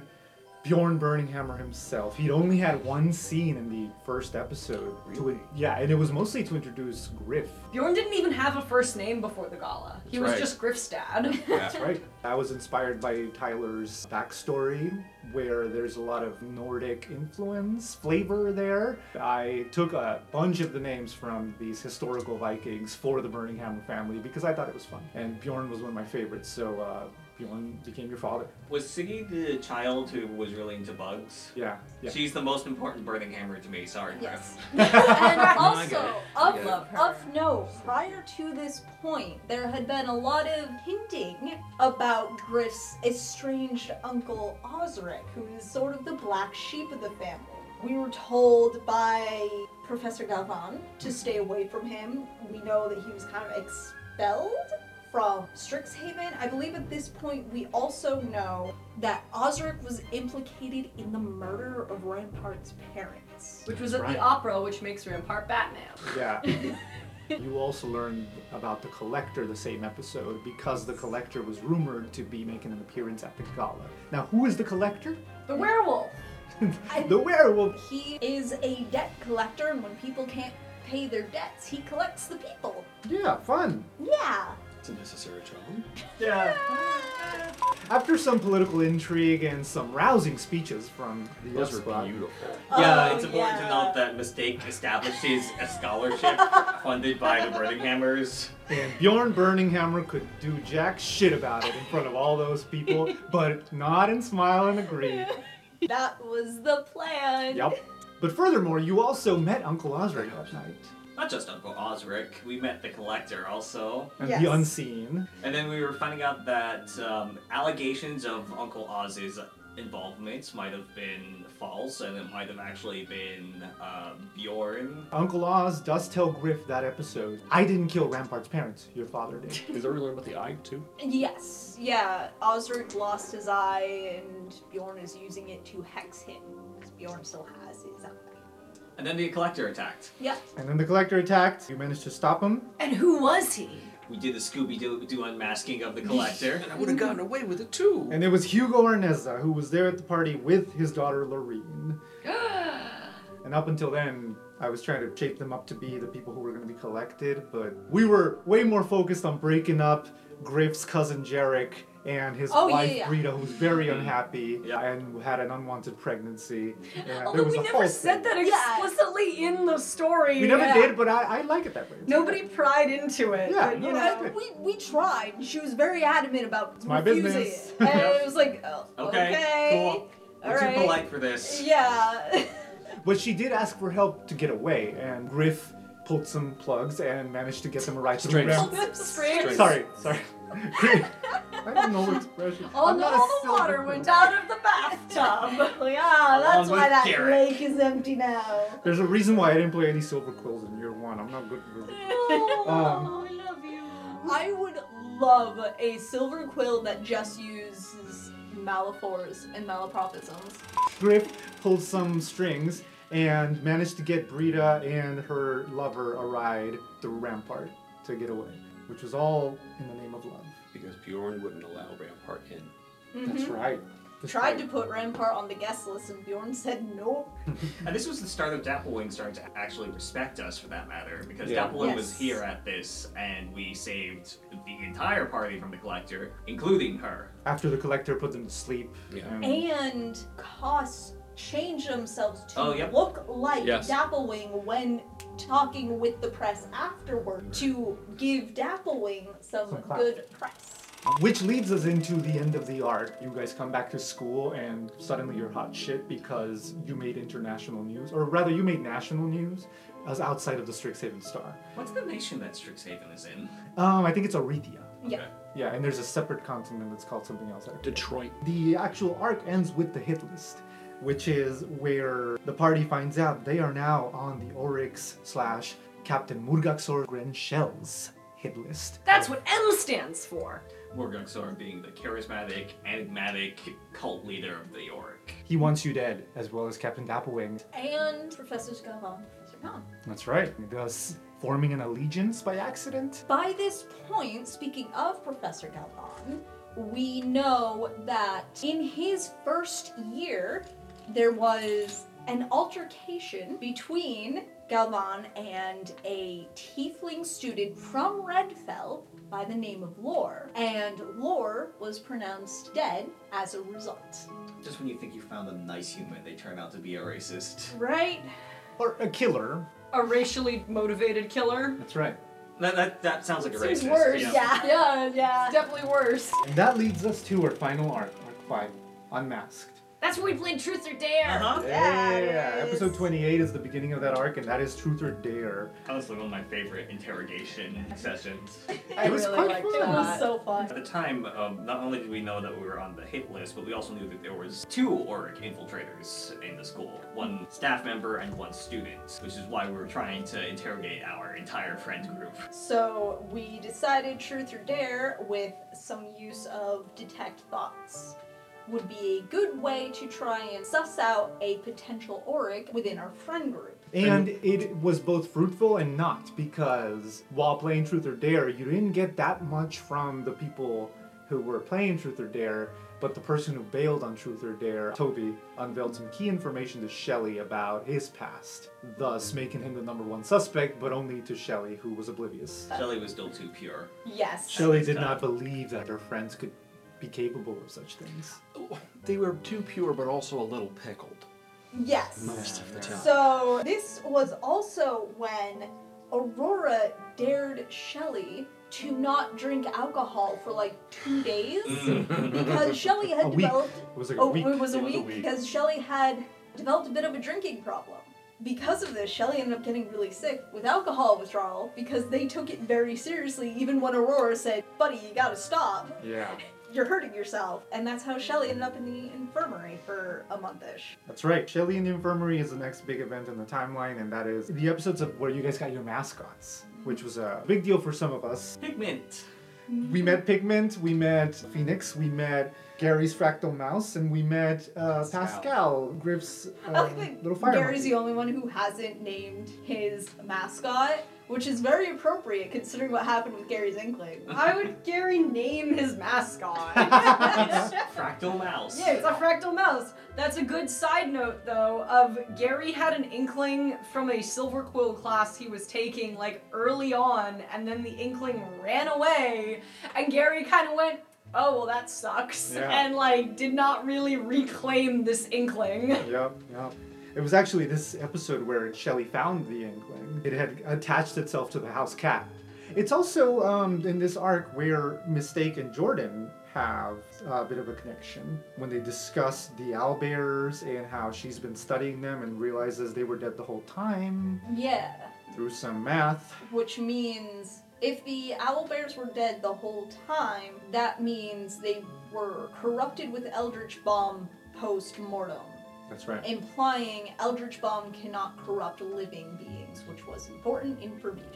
[SPEAKER 1] Bjorn Burning Hammer himself. He'd only had one scene in the first episode. to-
[SPEAKER 3] Really?
[SPEAKER 1] yeah, and it was mostly to introduce Griff.
[SPEAKER 2] Bjorn didn't even have a first name before the gala. He
[SPEAKER 3] That's
[SPEAKER 2] was
[SPEAKER 3] right.
[SPEAKER 2] just Griff's dad.
[SPEAKER 3] Yeah.
[SPEAKER 1] That's right. I was inspired by Tyler's backstory, where there's a lot of Nordic influence flavor there. I took a bunch of the names from these historical Vikings for the Burning Hammer family because I thought it was fun, and Bjorn was one of my favorites. So uh, Bjorn became your father.
[SPEAKER 5] was Siggy the child who was really into bugs?
[SPEAKER 1] Yeah, yeah.
[SPEAKER 5] She's the most important burning hammer to me, sorry.
[SPEAKER 4] Yes.
[SPEAKER 5] Griff.
[SPEAKER 4] and
[SPEAKER 3] I
[SPEAKER 4] also,
[SPEAKER 3] get it.
[SPEAKER 4] of,
[SPEAKER 3] Yeah.
[SPEAKER 2] Love her.
[SPEAKER 4] of note, prior to this point, there had been a lot of hinting about Griff's estranged uncle Osric, who is sort of the black sheep of the family. We were told by Professor Galvan to stay away from him. We know that he was kind of expelled from Strixhaven. I believe at this point we also know that Osric was implicated in the murder of Rampart's parents.
[SPEAKER 2] Which was at
[SPEAKER 1] right.
[SPEAKER 2] the opera, which makes Rampart Batman.
[SPEAKER 1] Yeah. you also learned about the collector the same episode because the collector was rumored to be making an appearance at the gala. Now, who is the collector?
[SPEAKER 2] The werewolf.
[SPEAKER 1] The werewolf.
[SPEAKER 4] He is a debt collector, and when people can't pay their debts, he collects the people.
[SPEAKER 1] Yeah, fun.
[SPEAKER 4] Yeah.
[SPEAKER 3] It's a necessary trouble.
[SPEAKER 1] Yeah. After some political intrigue and some rousing speeches from the
[SPEAKER 3] Those were
[SPEAKER 1] Squad,
[SPEAKER 3] beautiful.
[SPEAKER 5] Yeah,
[SPEAKER 4] Oh,
[SPEAKER 5] it's important
[SPEAKER 4] yeah.
[SPEAKER 5] to note that Mistake establishes a scholarship funded by the Birminghamers.
[SPEAKER 1] and Bjorn Burninghammer could do jack shit about it in front of all those people, but nod and smile and agree.
[SPEAKER 4] That was the plan.
[SPEAKER 1] Yep. But furthermore, you also met Uncle Osric that night,
[SPEAKER 5] Not just Uncle Osric, we met the Collector also.
[SPEAKER 1] and
[SPEAKER 4] Yes.
[SPEAKER 1] the unseen.
[SPEAKER 5] And then we were finding out that um, allegations of Uncle Oz's involvement might have been false, and it might have actually been uh, Bjorn.
[SPEAKER 1] Uncle Oz does tell Griff that episode, "I didn't kill Rampart's parents. Your father did."
[SPEAKER 3] Is there learn about the eye too?
[SPEAKER 4] Yes. Yeah. Osric lost his eye, and Bjorn is using it to hex him. 'cause Bjorn still has his eye.
[SPEAKER 5] And then the Collector attacked.
[SPEAKER 4] Yep.
[SPEAKER 1] And then the collector attacked. You managed to stop him.
[SPEAKER 2] And who was he?
[SPEAKER 5] We did the Scooby Doo unmasking of the Collector.
[SPEAKER 3] I would have gotten away with it too.
[SPEAKER 1] And it was Hugo Arneza who was there at the party with his daughter Lorene. and up until then, I was trying to shape them up to be the people who were going to be collected, but we were way more focused on breaking up Griff's cousin Jarek and his
[SPEAKER 4] Oh, yeah,
[SPEAKER 1] wife
[SPEAKER 4] yeah.
[SPEAKER 1] Rita, who's very unhappy
[SPEAKER 5] Yeah.
[SPEAKER 1] and had an unwanted pregnancy. And
[SPEAKER 2] Although we
[SPEAKER 1] a
[SPEAKER 2] never
[SPEAKER 1] false
[SPEAKER 2] said that
[SPEAKER 1] pregnancy.
[SPEAKER 4] Yeah.
[SPEAKER 2] explicitly in the story.
[SPEAKER 1] We never
[SPEAKER 4] Yeah.
[SPEAKER 1] did, but I, I like it that way. It's
[SPEAKER 2] Nobody pried into it.
[SPEAKER 1] Yeah,
[SPEAKER 2] but,
[SPEAKER 1] no,
[SPEAKER 2] you
[SPEAKER 1] that's
[SPEAKER 2] know.
[SPEAKER 1] good.
[SPEAKER 4] We we tried. She was very adamant about
[SPEAKER 1] my
[SPEAKER 4] refusing
[SPEAKER 1] business.
[SPEAKER 4] it, and it was like, oh,
[SPEAKER 5] Okay, cool. We're
[SPEAKER 4] all
[SPEAKER 5] too
[SPEAKER 4] right.
[SPEAKER 5] polite for this.
[SPEAKER 4] Yeah.
[SPEAKER 1] But she did ask for help to get away, and Griff pulled some plugs and managed to get them a ride through
[SPEAKER 3] Strings.
[SPEAKER 1] Ram-
[SPEAKER 2] Strange.
[SPEAKER 1] Sorry, sorry. I don't know expression.
[SPEAKER 4] Oh,
[SPEAKER 2] All,
[SPEAKER 1] I'm
[SPEAKER 2] the,
[SPEAKER 1] not a
[SPEAKER 2] Oh, all the
[SPEAKER 1] silver
[SPEAKER 2] water
[SPEAKER 1] girl.
[SPEAKER 2] went out of the bathtub.
[SPEAKER 4] like ah, that's
[SPEAKER 5] Along
[SPEAKER 4] why
[SPEAKER 5] with
[SPEAKER 4] that
[SPEAKER 5] Garrett.
[SPEAKER 4] lake is empty now.
[SPEAKER 1] There's a reason why I didn't play any silver quills in year one. I'm not good. At it.
[SPEAKER 5] Um,
[SPEAKER 2] I love you.
[SPEAKER 4] I would love a silver quill that just uses malaphors and malapropisms.
[SPEAKER 1] Griff pulled some strings and managed to get Brita and her lover a ride through Rampart to get away, which was all in the name of love.
[SPEAKER 3] Because Bjorn wouldn't allow Rampart in.
[SPEAKER 1] That's right.
[SPEAKER 4] Mm-hmm. Tried to put Rampart on the guest list, and Bjorn said no.
[SPEAKER 5] And this was the start of Dapplewing starting to actually respect us for that matter, because
[SPEAKER 3] Yeah.
[SPEAKER 5] Dapplewing was
[SPEAKER 4] Yes.
[SPEAKER 5] here at this, and we saved the entire party from the Collector, including her.
[SPEAKER 1] After the collector put them to sleep.
[SPEAKER 3] Yeah.
[SPEAKER 1] And
[SPEAKER 5] Mm.
[SPEAKER 4] And Koss changed themselves to
[SPEAKER 5] Oh, yep.
[SPEAKER 4] look like
[SPEAKER 3] Yes.
[SPEAKER 4] Dapplewing when talking with the press afterward to give Dapplewing some,
[SPEAKER 1] Some clap.
[SPEAKER 4] good press.
[SPEAKER 1] which leads us into the end of the arc. You guys come back to school and suddenly you're hot shit because you made international news, or rather, you made national news as outside of the Strixhaven Star.
[SPEAKER 5] What's the nation that Strixhaven is in?
[SPEAKER 1] Um, I think it's Arethia.
[SPEAKER 4] Yeah.
[SPEAKER 1] Yeah, and there's a separate continent that's called something else. I forget.
[SPEAKER 3] Detroit.
[SPEAKER 1] The actual arc ends with the hit list, which is where the party finds out they are now on the Oryx slash Captain Murgaxor Grenshell's hit list.
[SPEAKER 2] That's what M stands for.
[SPEAKER 5] Morgoxor being the charismatic, enigmatic cult leader of the York.
[SPEAKER 1] He wants you dead, as well as Captain Dapplewing.
[SPEAKER 4] And Professor Scott Professor Khan.
[SPEAKER 1] That's right. Thus forming an allegiance by accident.
[SPEAKER 4] By this point, speaking of Professor Galvan, we know that in his first year, there was an altercation between Galvan and a tiefling student from Redfell by the name of Lore, and Lore was pronounced dead as a result.
[SPEAKER 5] Just when you think you found a nice human, they turn out to be a racist.
[SPEAKER 4] Right?
[SPEAKER 1] Or a killer.
[SPEAKER 2] A racially motivated killer.
[SPEAKER 1] That's right.
[SPEAKER 5] That, that, that sounds like a
[SPEAKER 2] Seems
[SPEAKER 5] racist.
[SPEAKER 2] worse,
[SPEAKER 5] yeah.
[SPEAKER 4] Yeah, yeah, yeah.
[SPEAKER 2] Definitely worse.
[SPEAKER 1] And that leads us to our final arc, arc five, Unmasked.
[SPEAKER 2] That's where we played Truth or Dare.
[SPEAKER 5] Uh-huh.
[SPEAKER 1] Yeah,
[SPEAKER 4] Yes.
[SPEAKER 1] episode 28 is the beginning of that arc, and that is Truth or Dare.
[SPEAKER 5] That was one of my favorite interrogation sessions.
[SPEAKER 2] I
[SPEAKER 1] It was
[SPEAKER 2] really
[SPEAKER 1] quite
[SPEAKER 2] liked
[SPEAKER 1] fun.
[SPEAKER 4] It was
[SPEAKER 2] that.
[SPEAKER 4] so fun.
[SPEAKER 5] At the time, um, not only did we know that we were on the hit list, but we also knew that there was two Auric infiltrators in the school, one staff member and one student, which is why we were trying to interrogate our entire friend group.
[SPEAKER 4] So we decided truth or dare with some use of detect thoughts would be a good way to try and suss out a potential auric within our friend group.
[SPEAKER 1] And it was both fruitful and not because while playing Truth or Dare, you didn't get that much from the people who were playing Truth or Dare, but the person who bailed on Truth or Dare, Toby, unveiled some key information to Shelley about his past, thus making him the number one suspect, but only to Shelley, who was oblivious.
[SPEAKER 2] Uh.
[SPEAKER 5] Shelly was still too pure.
[SPEAKER 4] Yes.
[SPEAKER 1] Shelley did not believe that her friends could be capable of such things.
[SPEAKER 7] They were too pure, but also a little pickled
[SPEAKER 4] yes.
[SPEAKER 7] most of the time.
[SPEAKER 4] So this was also when Aurora dared Shelley to not drink alcohol for like two days because Shelley had
[SPEAKER 1] A week.
[SPEAKER 4] developed
[SPEAKER 1] It was like a
[SPEAKER 4] oh,
[SPEAKER 1] week.
[SPEAKER 4] it was a
[SPEAKER 7] It was a
[SPEAKER 4] week
[SPEAKER 7] week.
[SPEAKER 4] because Shelley had developed a bit of a drinking problem. Because of this, Shelley ended up getting really sick with alcohol withdrawal because they took it very seriously, even when Aurora said, Buddy, you gotta stop.
[SPEAKER 1] Yeah,
[SPEAKER 4] You're hurting yourself. And that's how Shelley ended up in the infirmary for a month ish.
[SPEAKER 1] that's right. Shelley in the Infirmary is the next big event in the timeline, and that is the episodes of where you guys got your mascots, which was a big deal for some of us.
[SPEAKER 5] Pigment.
[SPEAKER 1] We met Pigment, we met Phoenix, we met Gary's Fractal Mouse, and we met uh,
[SPEAKER 7] Pascal.
[SPEAKER 1] Pascal, Griff's
[SPEAKER 4] I
[SPEAKER 1] uh,
[SPEAKER 7] Um,
[SPEAKER 4] like that
[SPEAKER 1] little fire.
[SPEAKER 4] Gary's
[SPEAKER 1] monkey.
[SPEAKER 4] the only one who hasn't named his mascot, which is very appropriate considering what happened with Gary's Inkling.
[SPEAKER 2] Why would Gary name his mascot?
[SPEAKER 5] It's fractal mouse.
[SPEAKER 2] Yeah, it's a fractal mouse. That's a good side note, though, of Gary had an inkling from a Silver Quill class he was taking, like, early on, and then the inkling ran away, and Gary kind of went, oh, well, that sucks,
[SPEAKER 1] Yeah.
[SPEAKER 2] and, like, did not really reclaim this inkling.
[SPEAKER 1] Yep, yep. It was actually this episode where Shelley found the Inkling. It had attached itself to the house cat. It's also um, in this arc where Mistake and Jordan have a bit of a connection when they discuss the owlbearers and how she's been studying them and realizes they were dead the whole time
[SPEAKER 4] Yeah.
[SPEAKER 1] through some math.
[SPEAKER 4] Which means if the owl bears were dead the whole time, that means they were corrupted with Eldritch Bomb post mortem,
[SPEAKER 1] That's right.
[SPEAKER 4] implying Eldritch Bomb cannot corrupt living beings, which was important information.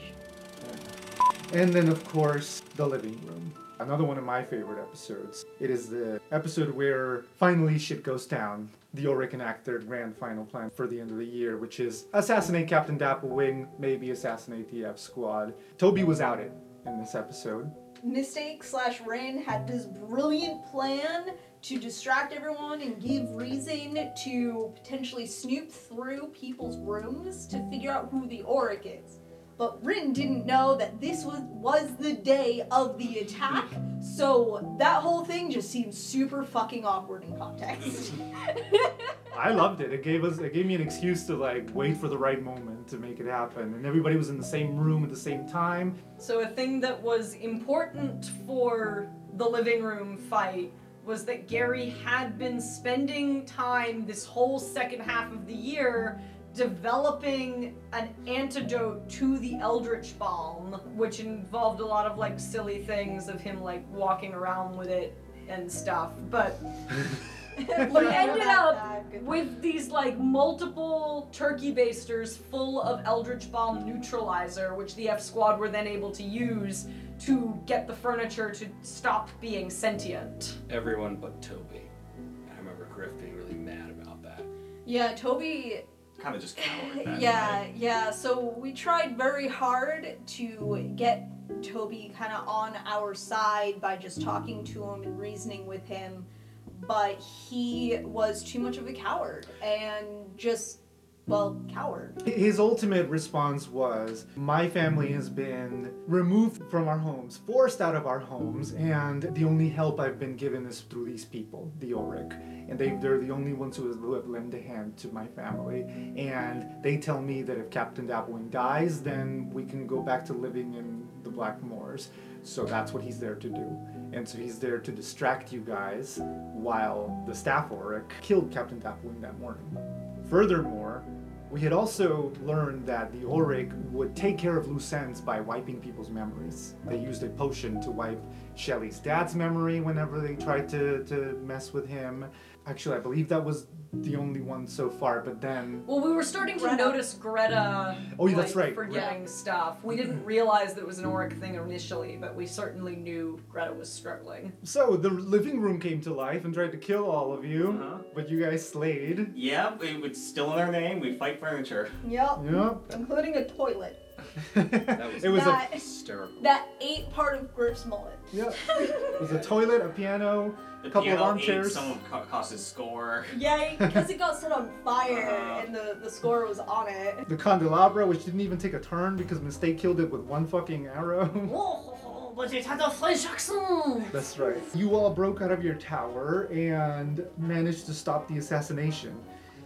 [SPEAKER 1] And then, of course, the living room. Another one of my favorite episodes. It is the episode where finally shit goes down. The Ulrich and Actor grand final plan for the end of the year, which is assassinate Captain Dapplewing, maybe assassinate the F Squad. Toby was outed in this episode.
[SPEAKER 4] Mistake slash Ren had this brilliant plan to distract everyone and give reason to potentially snoop through people's rooms to figure out who the Auric is. But Rin didn't know that this was, was the day of the attack, so that whole thing just seemed super fucking awkward in context.
[SPEAKER 1] I loved it. It gave us, it gave me an excuse to like wait for the right moment to make it happen. And everybody was in the same room at the same time.
[SPEAKER 2] So, a thing that was important for the living room fight was that Gary had been spending time this whole second half of the year developing an antidote to the eldritch balm which involved a lot of like silly things of him like walking around with it and stuff but we ended up with these like multiple turkey basters full of eldritch bomb neutralizer which the f squad were then able to use to get the furniture to stop being sentient
[SPEAKER 3] Everyone but Toby. I remember Griff being really mad about that.
[SPEAKER 4] Yeah, Toby
[SPEAKER 5] Kind of just cowered. That
[SPEAKER 4] yeah, yeah. So we tried very hard to get Toby kind of on our side by just talking to him and reasoning with him, but he was too much of a coward and just, well, coward.
[SPEAKER 1] His ultimate response was My family has been removed from our homes, forced out of our homes, and the only help I've been given is through these people, the Ulrich. And they, they're the only ones who have- who have lent a hand to my family. And they tell me that if Captain Dapwing dies, then we can go back to living in the Black Moors. So that's what he's there to do. And so he's there to distract you guys while the staff Ulrich killed Captain Dapwing that morning. Furthermore, we had also learned that the Auric would take care of loose ends by wiping people's memories. They used a potion to wipe Shelley's dad's memory whenever they tried to, to mess with him. Actually, I believe that was the only one so far, but then.
[SPEAKER 2] well we were starting to
[SPEAKER 4] Greta.
[SPEAKER 2] notice greta
[SPEAKER 1] Oh, yeah, that's
[SPEAKER 2] like,
[SPEAKER 1] right.
[SPEAKER 2] forgetting stuff we didn't realize that it was an auric thing initially but we certainly knew greta was struggling
[SPEAKER 1] So the living room came to life and tried to kill all of you,
[SPEAKER 5] Uh-huh.
[SPEAKER 1] but you guys slayed.
[SPEAKER 5] Night. Yeah, it, it's still in our name. We fight furniture.
[SPEAKER 4] Yep.
[SPEAKER 1] Yep.
[SPEAKER 4] Including a toilet.
[SPEAKER 1] it was
[SPEAKER 4] that,
[SPEAKER 1] a
[SPEAKER 3] hysterical.
[SPEAKER 4] that eight part of Griff's mullet.
[SPEAKER 1] yeah. It was a toilet, a piano,
[SPEAKER 5] The
[SPEAKER 1] a couple
[SPEAKER 5] piano
[SPEAKER 1] of
[SPEAKER 5] ate
[SPEAKER 1] armchairs.
[SPEAKER 5] Some of Co- Costa's score.
[SPEAKER 4] Yeah, because it got set on fire
[SPEAKER 5] Uh-huh.
[SPEAKER 4] and the, the score was on it.
[SPEAKER 1] The candelabra, which didn't even take a turn because Mistake killed it with one fucking arrow.
[SPEAKER 2] Whoa, but it had a French accent.
[SPEAKER 1] That's right. You all broke out of your tower and managed to stop the assassination.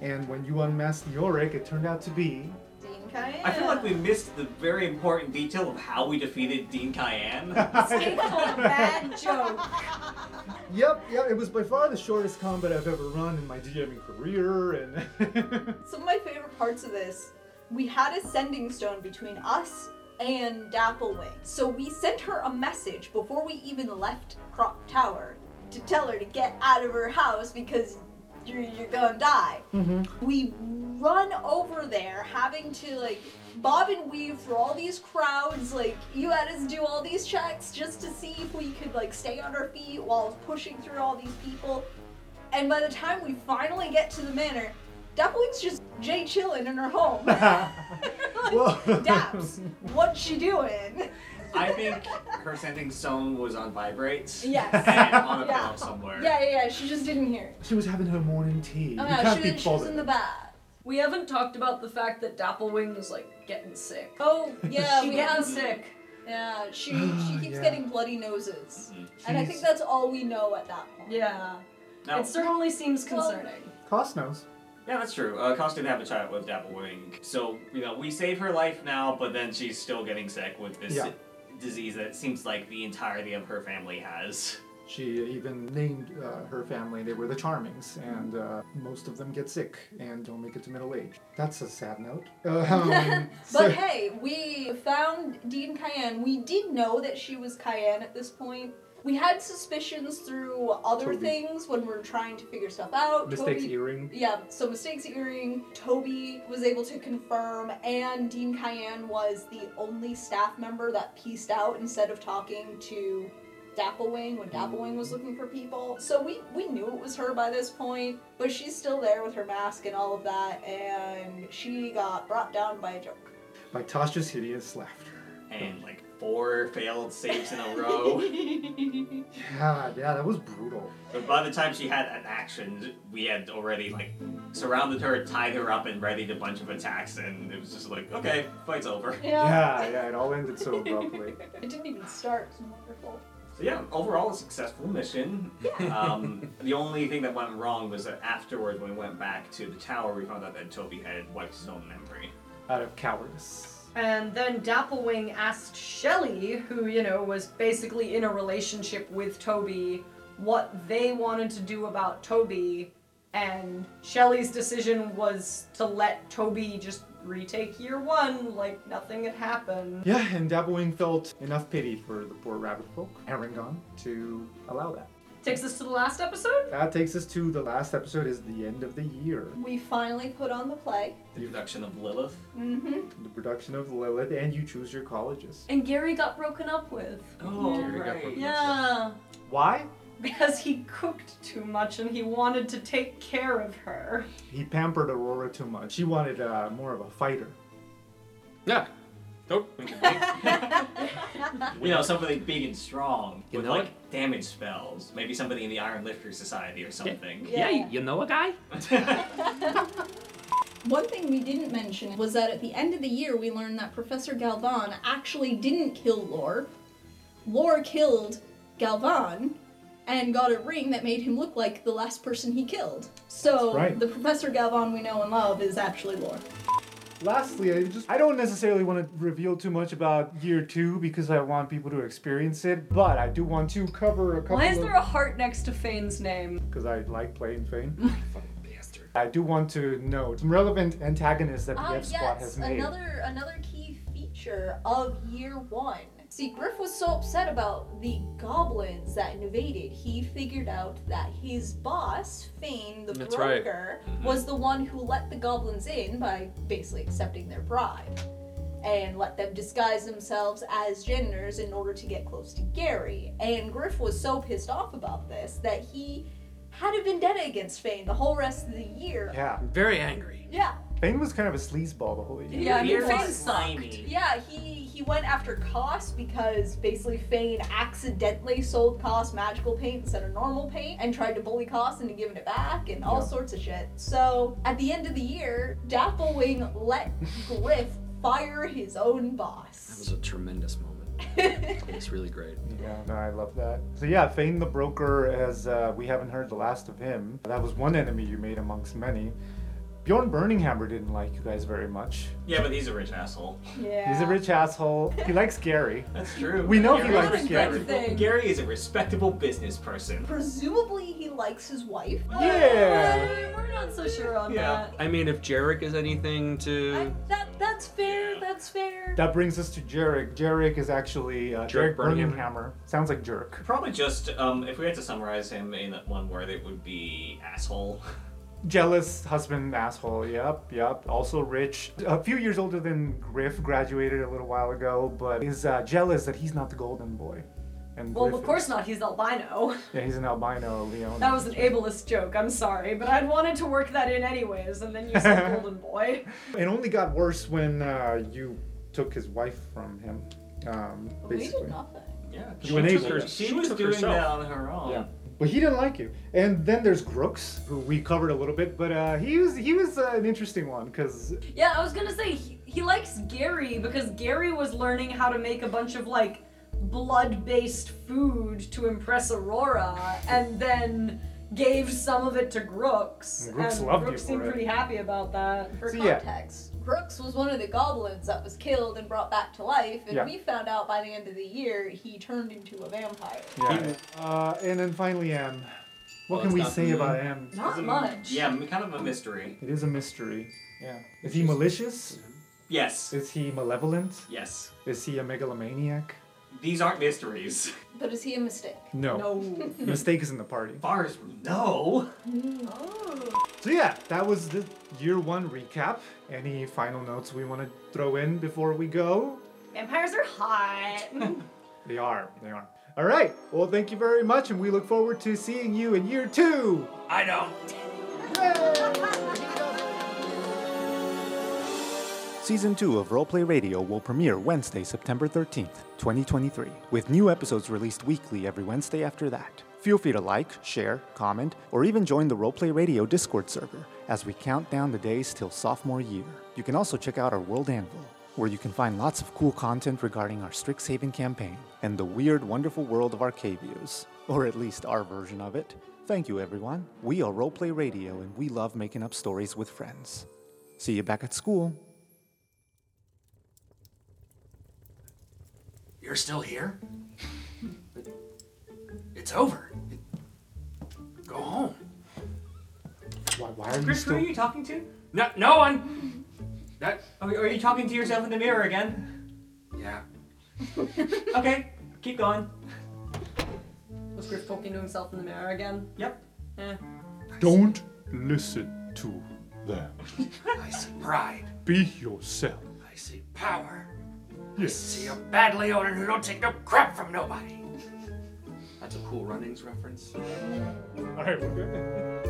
[SPEAKER 1] And when you unmasked Yorick, it turned out to be.
[SPEAKER 4] Dean Cayenne.
[SPEAKER 5] I feel like we missed the very important detail of how we defeated Dean Cayenne.
[SPEAKER 2] Take a bad joke.
[SPEAKER 1] Yep, yep, it was by far the shortest combat I've ever run in my DMing career, and
[SPEAKER 4] Some of my favorite parts of this, we had a sending stone between us and Dapplewing. So we sent her a message before we even left Crop Tower to tell her to get out of her house because you're, you're gonna die. We run over there having to like bob and weave through all these crowds. Like, you had us do all these checks just to see if we could like stay on our feet while pushing through all these people. And by the time we finally get to the manor, Dappling's just Jay chilling in her home.
[SPEAKER 1] Whoa.
[SPEAKER 4] Daps, what's she doing?
[SPEAKER 5] I think her sending stone was on vibrates.
[SPEAKER 4] Yes.
[SPEAKER 5] And on a
[SPEAKER 4] Yeah.
[SPEAKER 5] pillow somewhere.
[SPEAKER 4] Yeah, yeah, yeah. She just didn't hear it.
[SPEAKER 1] she was having her morning tea.
[SPEAKER 4] Oh
[SPEAKER 1] you
[SPEAKER 4] no,
[SPEAKER 1] can't
[SPEAKER 4] she,
[SPEAKER 1] be
[SPEAKER 4] she was
[SPEAKER 1] bothered.
[SPEAKER 4] in the bath.
[SPEAKER 2] We haven't talked about the fact that Dapplewing is like getting sick.
[SPEAKER 4] Oh yeah,
[SPEAKER 2] she
[SPEAKER 4] we
[SPEAKER 2] getting
[SPEAKER 4] have.
[SPEAKER 2] sick.
[SPEAKER 4] Yeah, she she keeps
[SPEAKER 1] Yeah. Mm-hmm.
[SPEAKER 4] getting bloody noses, and I think
[SPEAKER 1] Jeez.
[SPEAKER 4] that's all we know at that point.
[SPEAKER 2] Yeah.
[SPEAKER 5] No.
[SPEAKER 2] It certainly seems
[SPEAKER 4] Well-
[SPEAKER 2] concerning.
[SPEAKER 1] Cost knows.
[SPEAKER 5] Yeah, that's true. Uh, Costa did have a chat with Dapplewing. So, you know, we save her life now, but then she's still getting sick with this
[SPEAKER 1] Yeah.
[SPEAKER 5] disease that seems like the entirety of her family has.
[SPEAKER 1] She even named uh, her family. They were the Charmings, and uh, most of them get sick and don't make it to middle age. That's a sad note. Um, so-
[SPEAKER 4] But hey, we found Dean Cayenne. We did know that she was Cayenne at this point. We had suspicions through other
[SPEAKER 1] Toby.
[SPEAKER 4] things when we were trying to figure stuff out.
[SPEAKER 1] Mistake's
[SPEAKER 4] Toby-
[SPEAKER 1] earring.
[SPEAKER 4] Yeah, so Mistakes Earring, Toby was able to confirm, and Dean Cayenne was the only staff member that pieced out instead of talking to Dapplewing when Dapplewing was looking for people. So we, we knew it was her by this point, but she's still there with her mask and all of that, and she got brought down by a joke.
[SPEAKER 1] By Tasha's hideous laughter.
[SPEAKER 5] And like four failed saves in a row.
[SPEAKER 1] Yeah, yeah, that was brutal.
[SPEAKER 5] but by the time she had an action, we had already like surrounded her, tied her up, and readied a bunch of attacks. And it was just like, okay, fight's over.
[SPEAKER 1] Yeah, yeah, it all ended so abruptly.
[SPEAKER 4] It didn't even start. It was wonderful.
[SPEAKER 5] So yeah, overall a successful mission. Um, the only thing that went wrong was that afterwards, when we went back to the tower, we found out that Toby had wiped his own memory.
[SPEAKER 1] Out of cowardice.
[SPEAKER 2] And then Dapplewing asked Shelly, who, you know, was basically in a relationship with Toby, what they wanted to do about Toby. And Shelly's decision was to let Toby just retake year one like nothing had happened.
[SPEAKER 1] Yeah, and Dabbling felt enough pity for the poor rabbit folk, Harangon, to allow that.
[SPEAKER 2] Takes us to the last episode?
[SPEAKER 1] That takes us to the last episode is the end of the year.
[SPEAKER 4] We finally put on the play.
[SPEAKER 5] The production of Lilith.
[SPEAKER 1] The production of Lilith and you choose your colleges.
[SPEAKER 2] And Gary got broken up with.
[SPEAKER 5] Oh,
[SPEAKER 2] Yeah.
[SPEAKER 1] Why?
[SPEAKER 2] Because he cooked too much and he wanted to take care of her.
[SPEAKER 1] He pampered Aurora too much. She wanted uh, more of a fighter.
[SPEAKER 3] Yeah. Nope. Wink and wink.
[SPEAKER 5] You know, somebody big and strong
[SPEAKER 7] You
[SPEAKER 5] with
[SPEAKER 7] know
[SPEAKER 5] like damage spells. Maybe somebody in the Iron Lifter Society or something.
[SPEAKER 4] Yeah.
[SPEAKER 7] you- you know a guy?
[SPEAKER 4] One thing we didn't mention was that at the end of the year, we learned that Professor Galvan actually didn't kill Lore. Lore killed Galvan and got a ring that made him look like the last person he killed. So
[SPEAKER 1] That's right.
[SPEAKER 4] the Professor Galvan we know and love is actually Lore.
[SPEAKER 1] Lastly, I just I don't necessarily want to reveal too much about year two because I want people to experience it, but I do want to cover a couple
[SPEAKER 2] Why is
[SPEAKER 1] of
[SPEAKER 2] there a heart next to Fane's name?
[SPEAKER 1] because I like playing Fane. I do want to note some relevant antagonists that the
[SPEAKER 2] Ah,
[SPEAKER 1] F Squad has made.
[SPEAKER 4] Ah, another another key feature of year one. See, Griff was so upset about the goblins that invaded. He figured out that his boss, Fane, the
[SPEAKER 7] That's right. Mm-hmm.
[SPEAKER 4] broker, was the one who let the goblins in by basically accepting their bribe and let them disguise themselves as genders in order to get close to Gary. And Griff was so pissed off about this that he had a vendetta against Fane the whole rest of the year.
[SPEAKER 1] Yeah.
[SPEAKER 7] Very angry.
[SPEAKER 4] Yeah,
[SPEAKER 1] Bane was kind of a sleazeball the whole year.
[SPEAKER 2] Yeah, I mean,
[SPEAKER 5] You're
[SPEAKER 2] Fang
[SPEAKER 5] slimy.
[SPEAKER 4] Yeah, he he went after Koss because basically Fane accidentally sold Koss magical paint instead of normal paint and tried to bully Koss into giving it back and all
[SPEAKER 1] Yeah.
[SPEAKER 4] sorts of shit. So at the end of the year, Dapplewing let Griff fire his own
[SPEAKER 7] That
[SPEAKER 4] boss.
[SPEAKER 7] was a tremendous moment. It was really great.
[SPEAKER 1] Yeah, no, I love that. So yeah, Fane the Broker, as uh, we haven't heard the last of him. That was one enemy you made amongst many. Bjorn Burninghammer didn't like you guys very much.
[SPEAKER 5] Yeah, but he's a rich asshole.
[SPEAKER 4] yeah.
[SPEAKER 1] He's a rich asshole. He likes Gary.
[SPEAKER 5] That's true.
[SPEAKER 1] We know he
[SPEAKER 5] Gary's
[SPEAKER 1] likes
[SPEAKER 5] a
[SPEAKER 1] Gary.
[SPEAKER 5] respectable- Gary is a respectable business person.
[SPEAKER 4] Presumably he likes his wife.
[SPEAKER 1] Yeah.
[SPEAKER 2] Uh, we're not so sure on
[SPEAKER 5] Yeah.
[SPEAKER 2] that.
[SPEAKER 3] I mean, if Jarek is anything
[SPEAKER 4] I,
[SPEAKER 3] to.
[SPEAKER 4] that that's fair.
[SPEAKER 5] Yeah.
[SPEAKER 4] That's fair.
[SPEAKER 1] That brings us to Jarek. Jarek is actually uh, Jarek
[SPEAKER 3] Jarek Burninghammer.
[SPEAKER 1] Burninghammer. Sounds like jerk.
[SPEAKER 5] Probably just, um, if we had to summarize him in one word, it would be asshole.
[SPEAKER 1] Jealous husband asshole. Yep, yep. Also rich. A few years older than Griff. Graduated a little while ago, but is uh, jealous that he's not the golden boy. And
[SPEAKER 2] Well,
[SPEAKER 1] Griff
[SPEAKER 2] of
[SPEAKER 1] is.
[SPEAKER 2] course not. He's albino.
[SPEAKER 1] Yeah, he's an albino Leon.
[SPEAKER 2] That was an ableist joke. I'm sorry, but I'd wanted to work that in anyways, and then you said golden boy.
[SPEAKER 1] It only got worse when uh, you took his wife from him. Um,
[SPEAKER 4] we
[SPEAKER 1] basically.
[SPEAKER 4] did nothing.
[SPEAKER 5] Yeah.
[SPEAKER 1] You enabled
[SPEAKER 3] her-
[SPEAKER 1] him.
[SPEAKER 5] She,
[SPEAKER 3] she
[SPEAKER 5] was
[SPEAKER 3] took
[SPEAKER 5] doing
[SPEAKER 3] herself.
[SPEAKER 5] that on her own.
[SPEAKER 1] Yeah. But he didn't like you. And then there's Grooks, who we covered a little bit, but uh, he was he was uh, an interesting one because
[SPEAKER 2] Yeah, I was gonna say he, he likes Gary because Gary was learning how to make a bunch of like blood-based food to impress Aurora, and then gave some of it to Grooks.
[SPEAKER 1] And Grooks
[SPEAKER 2] and
[SPEAKER 1] loved you
[SPEAKER 2] Grooks seemed
[SPEAKER 1] for it.
[SPEAKER 2] pretty happy about that.
[SPEAKER 4] For
[SPEAKER 1] So, yeah.
[SPEAKER 4] context, Brooks was one of the goblins that was killed and brought back to life, and
[SPEAKER 1] Yeah.
[SPEAKER 4] we found out by the end of the year he turned into a vampire.
[SPEAKER 1] yeah. uh, and then finally Anne. What
[SPEAKER 3] Well,
[SPEAKER 1] can
[SPEAKER 3] it's
[SPEAKER 1] we
[SPEAKER 3] not
[SPEAKER 1] say
[SPEAKER 3] really-
[SPEAKER 1] about Anne?
[SPEAKER 2] Not
[SPEAKER 5] It's a-
[SPEAKER 2] much.
[SPEAKER 5] Yeah, m- kind of a mystery.
[SPEAKER 1] It is a mystery. Yeah. Is he malicious?
[SPEAKER 5] Yes.
[SPEAKER 1] Is he malevolent?
[SPEAKER 5] Yes.
[SPEAKER 1] Is he a megalomaniac?
[SPEAKER 5] These aren't mysteries.
[SPEAKER 4] But is he a mistake?
[SPEAKER 1] No.
[SPEAKER 2] No.
[SPEAKER 1] Mistake is in the party.
[SPEAKER 5] Bars, no.
[SPEAKER 1] So yeah, that was the year one recap. Any final notes we want to throw in before we go?
[SPEAKER 2] Vampires are hot.
[SPEAKER 1] They are. They are. All right. Well, thank you very much, and we look forward to seeing you in year two.
[SPEAKER 5] I don't.
[SPEAKER 1] Season 2 of Roleplay Radio will premiere Wednesday, September 13th, 2023, with new episodes released weekly every Wednesday after that. Feel free to like, share, comment, or even join the Roleplay Radio Discord server as we count down the days till sophomore year. You can also check out our World Anvil, where you can find lots of cool content regarding our Strixhaven campaign and the weird, wonderful world of Arcavios, or at least our version of it. Thank you, everyone. We are Roleplay Radio, and we love making up stories with friends. See you back at school.
[SPEAKER 7] You're still here? It's over. Go home.
[SPEAKER 1] Why, why are you
[SPEAKER 5] Chris, who are
[SPEAKER 1] still?
[SPEAKER 5] you talking to?
[SPEAKER 7] No, no one. That.
[SPEAKER 5] Are, are you talking to yourself in the mirror again?
[SPEAKER 7] Yeah.
[SPEAKER 5] Okay, keep going.
[SPEAKER 2] was Griff talking to himself in the mirror again?
[SPEAKER 5] Yep.
[SPEAKER 2] Eh.
[SPEAKER 8] Don't listen to them.
[SPEAKER 7] I see pride.
[SPEAKER 8] Be yourself.
[SPEAKER 7] I see power.
[SPEAKER 8] Yes.
[SPEAKER 7] See a bad Leonin who don't take no crap from nobody. That's a cool runnings reference.
[SPEAKER 1] All right, we're good.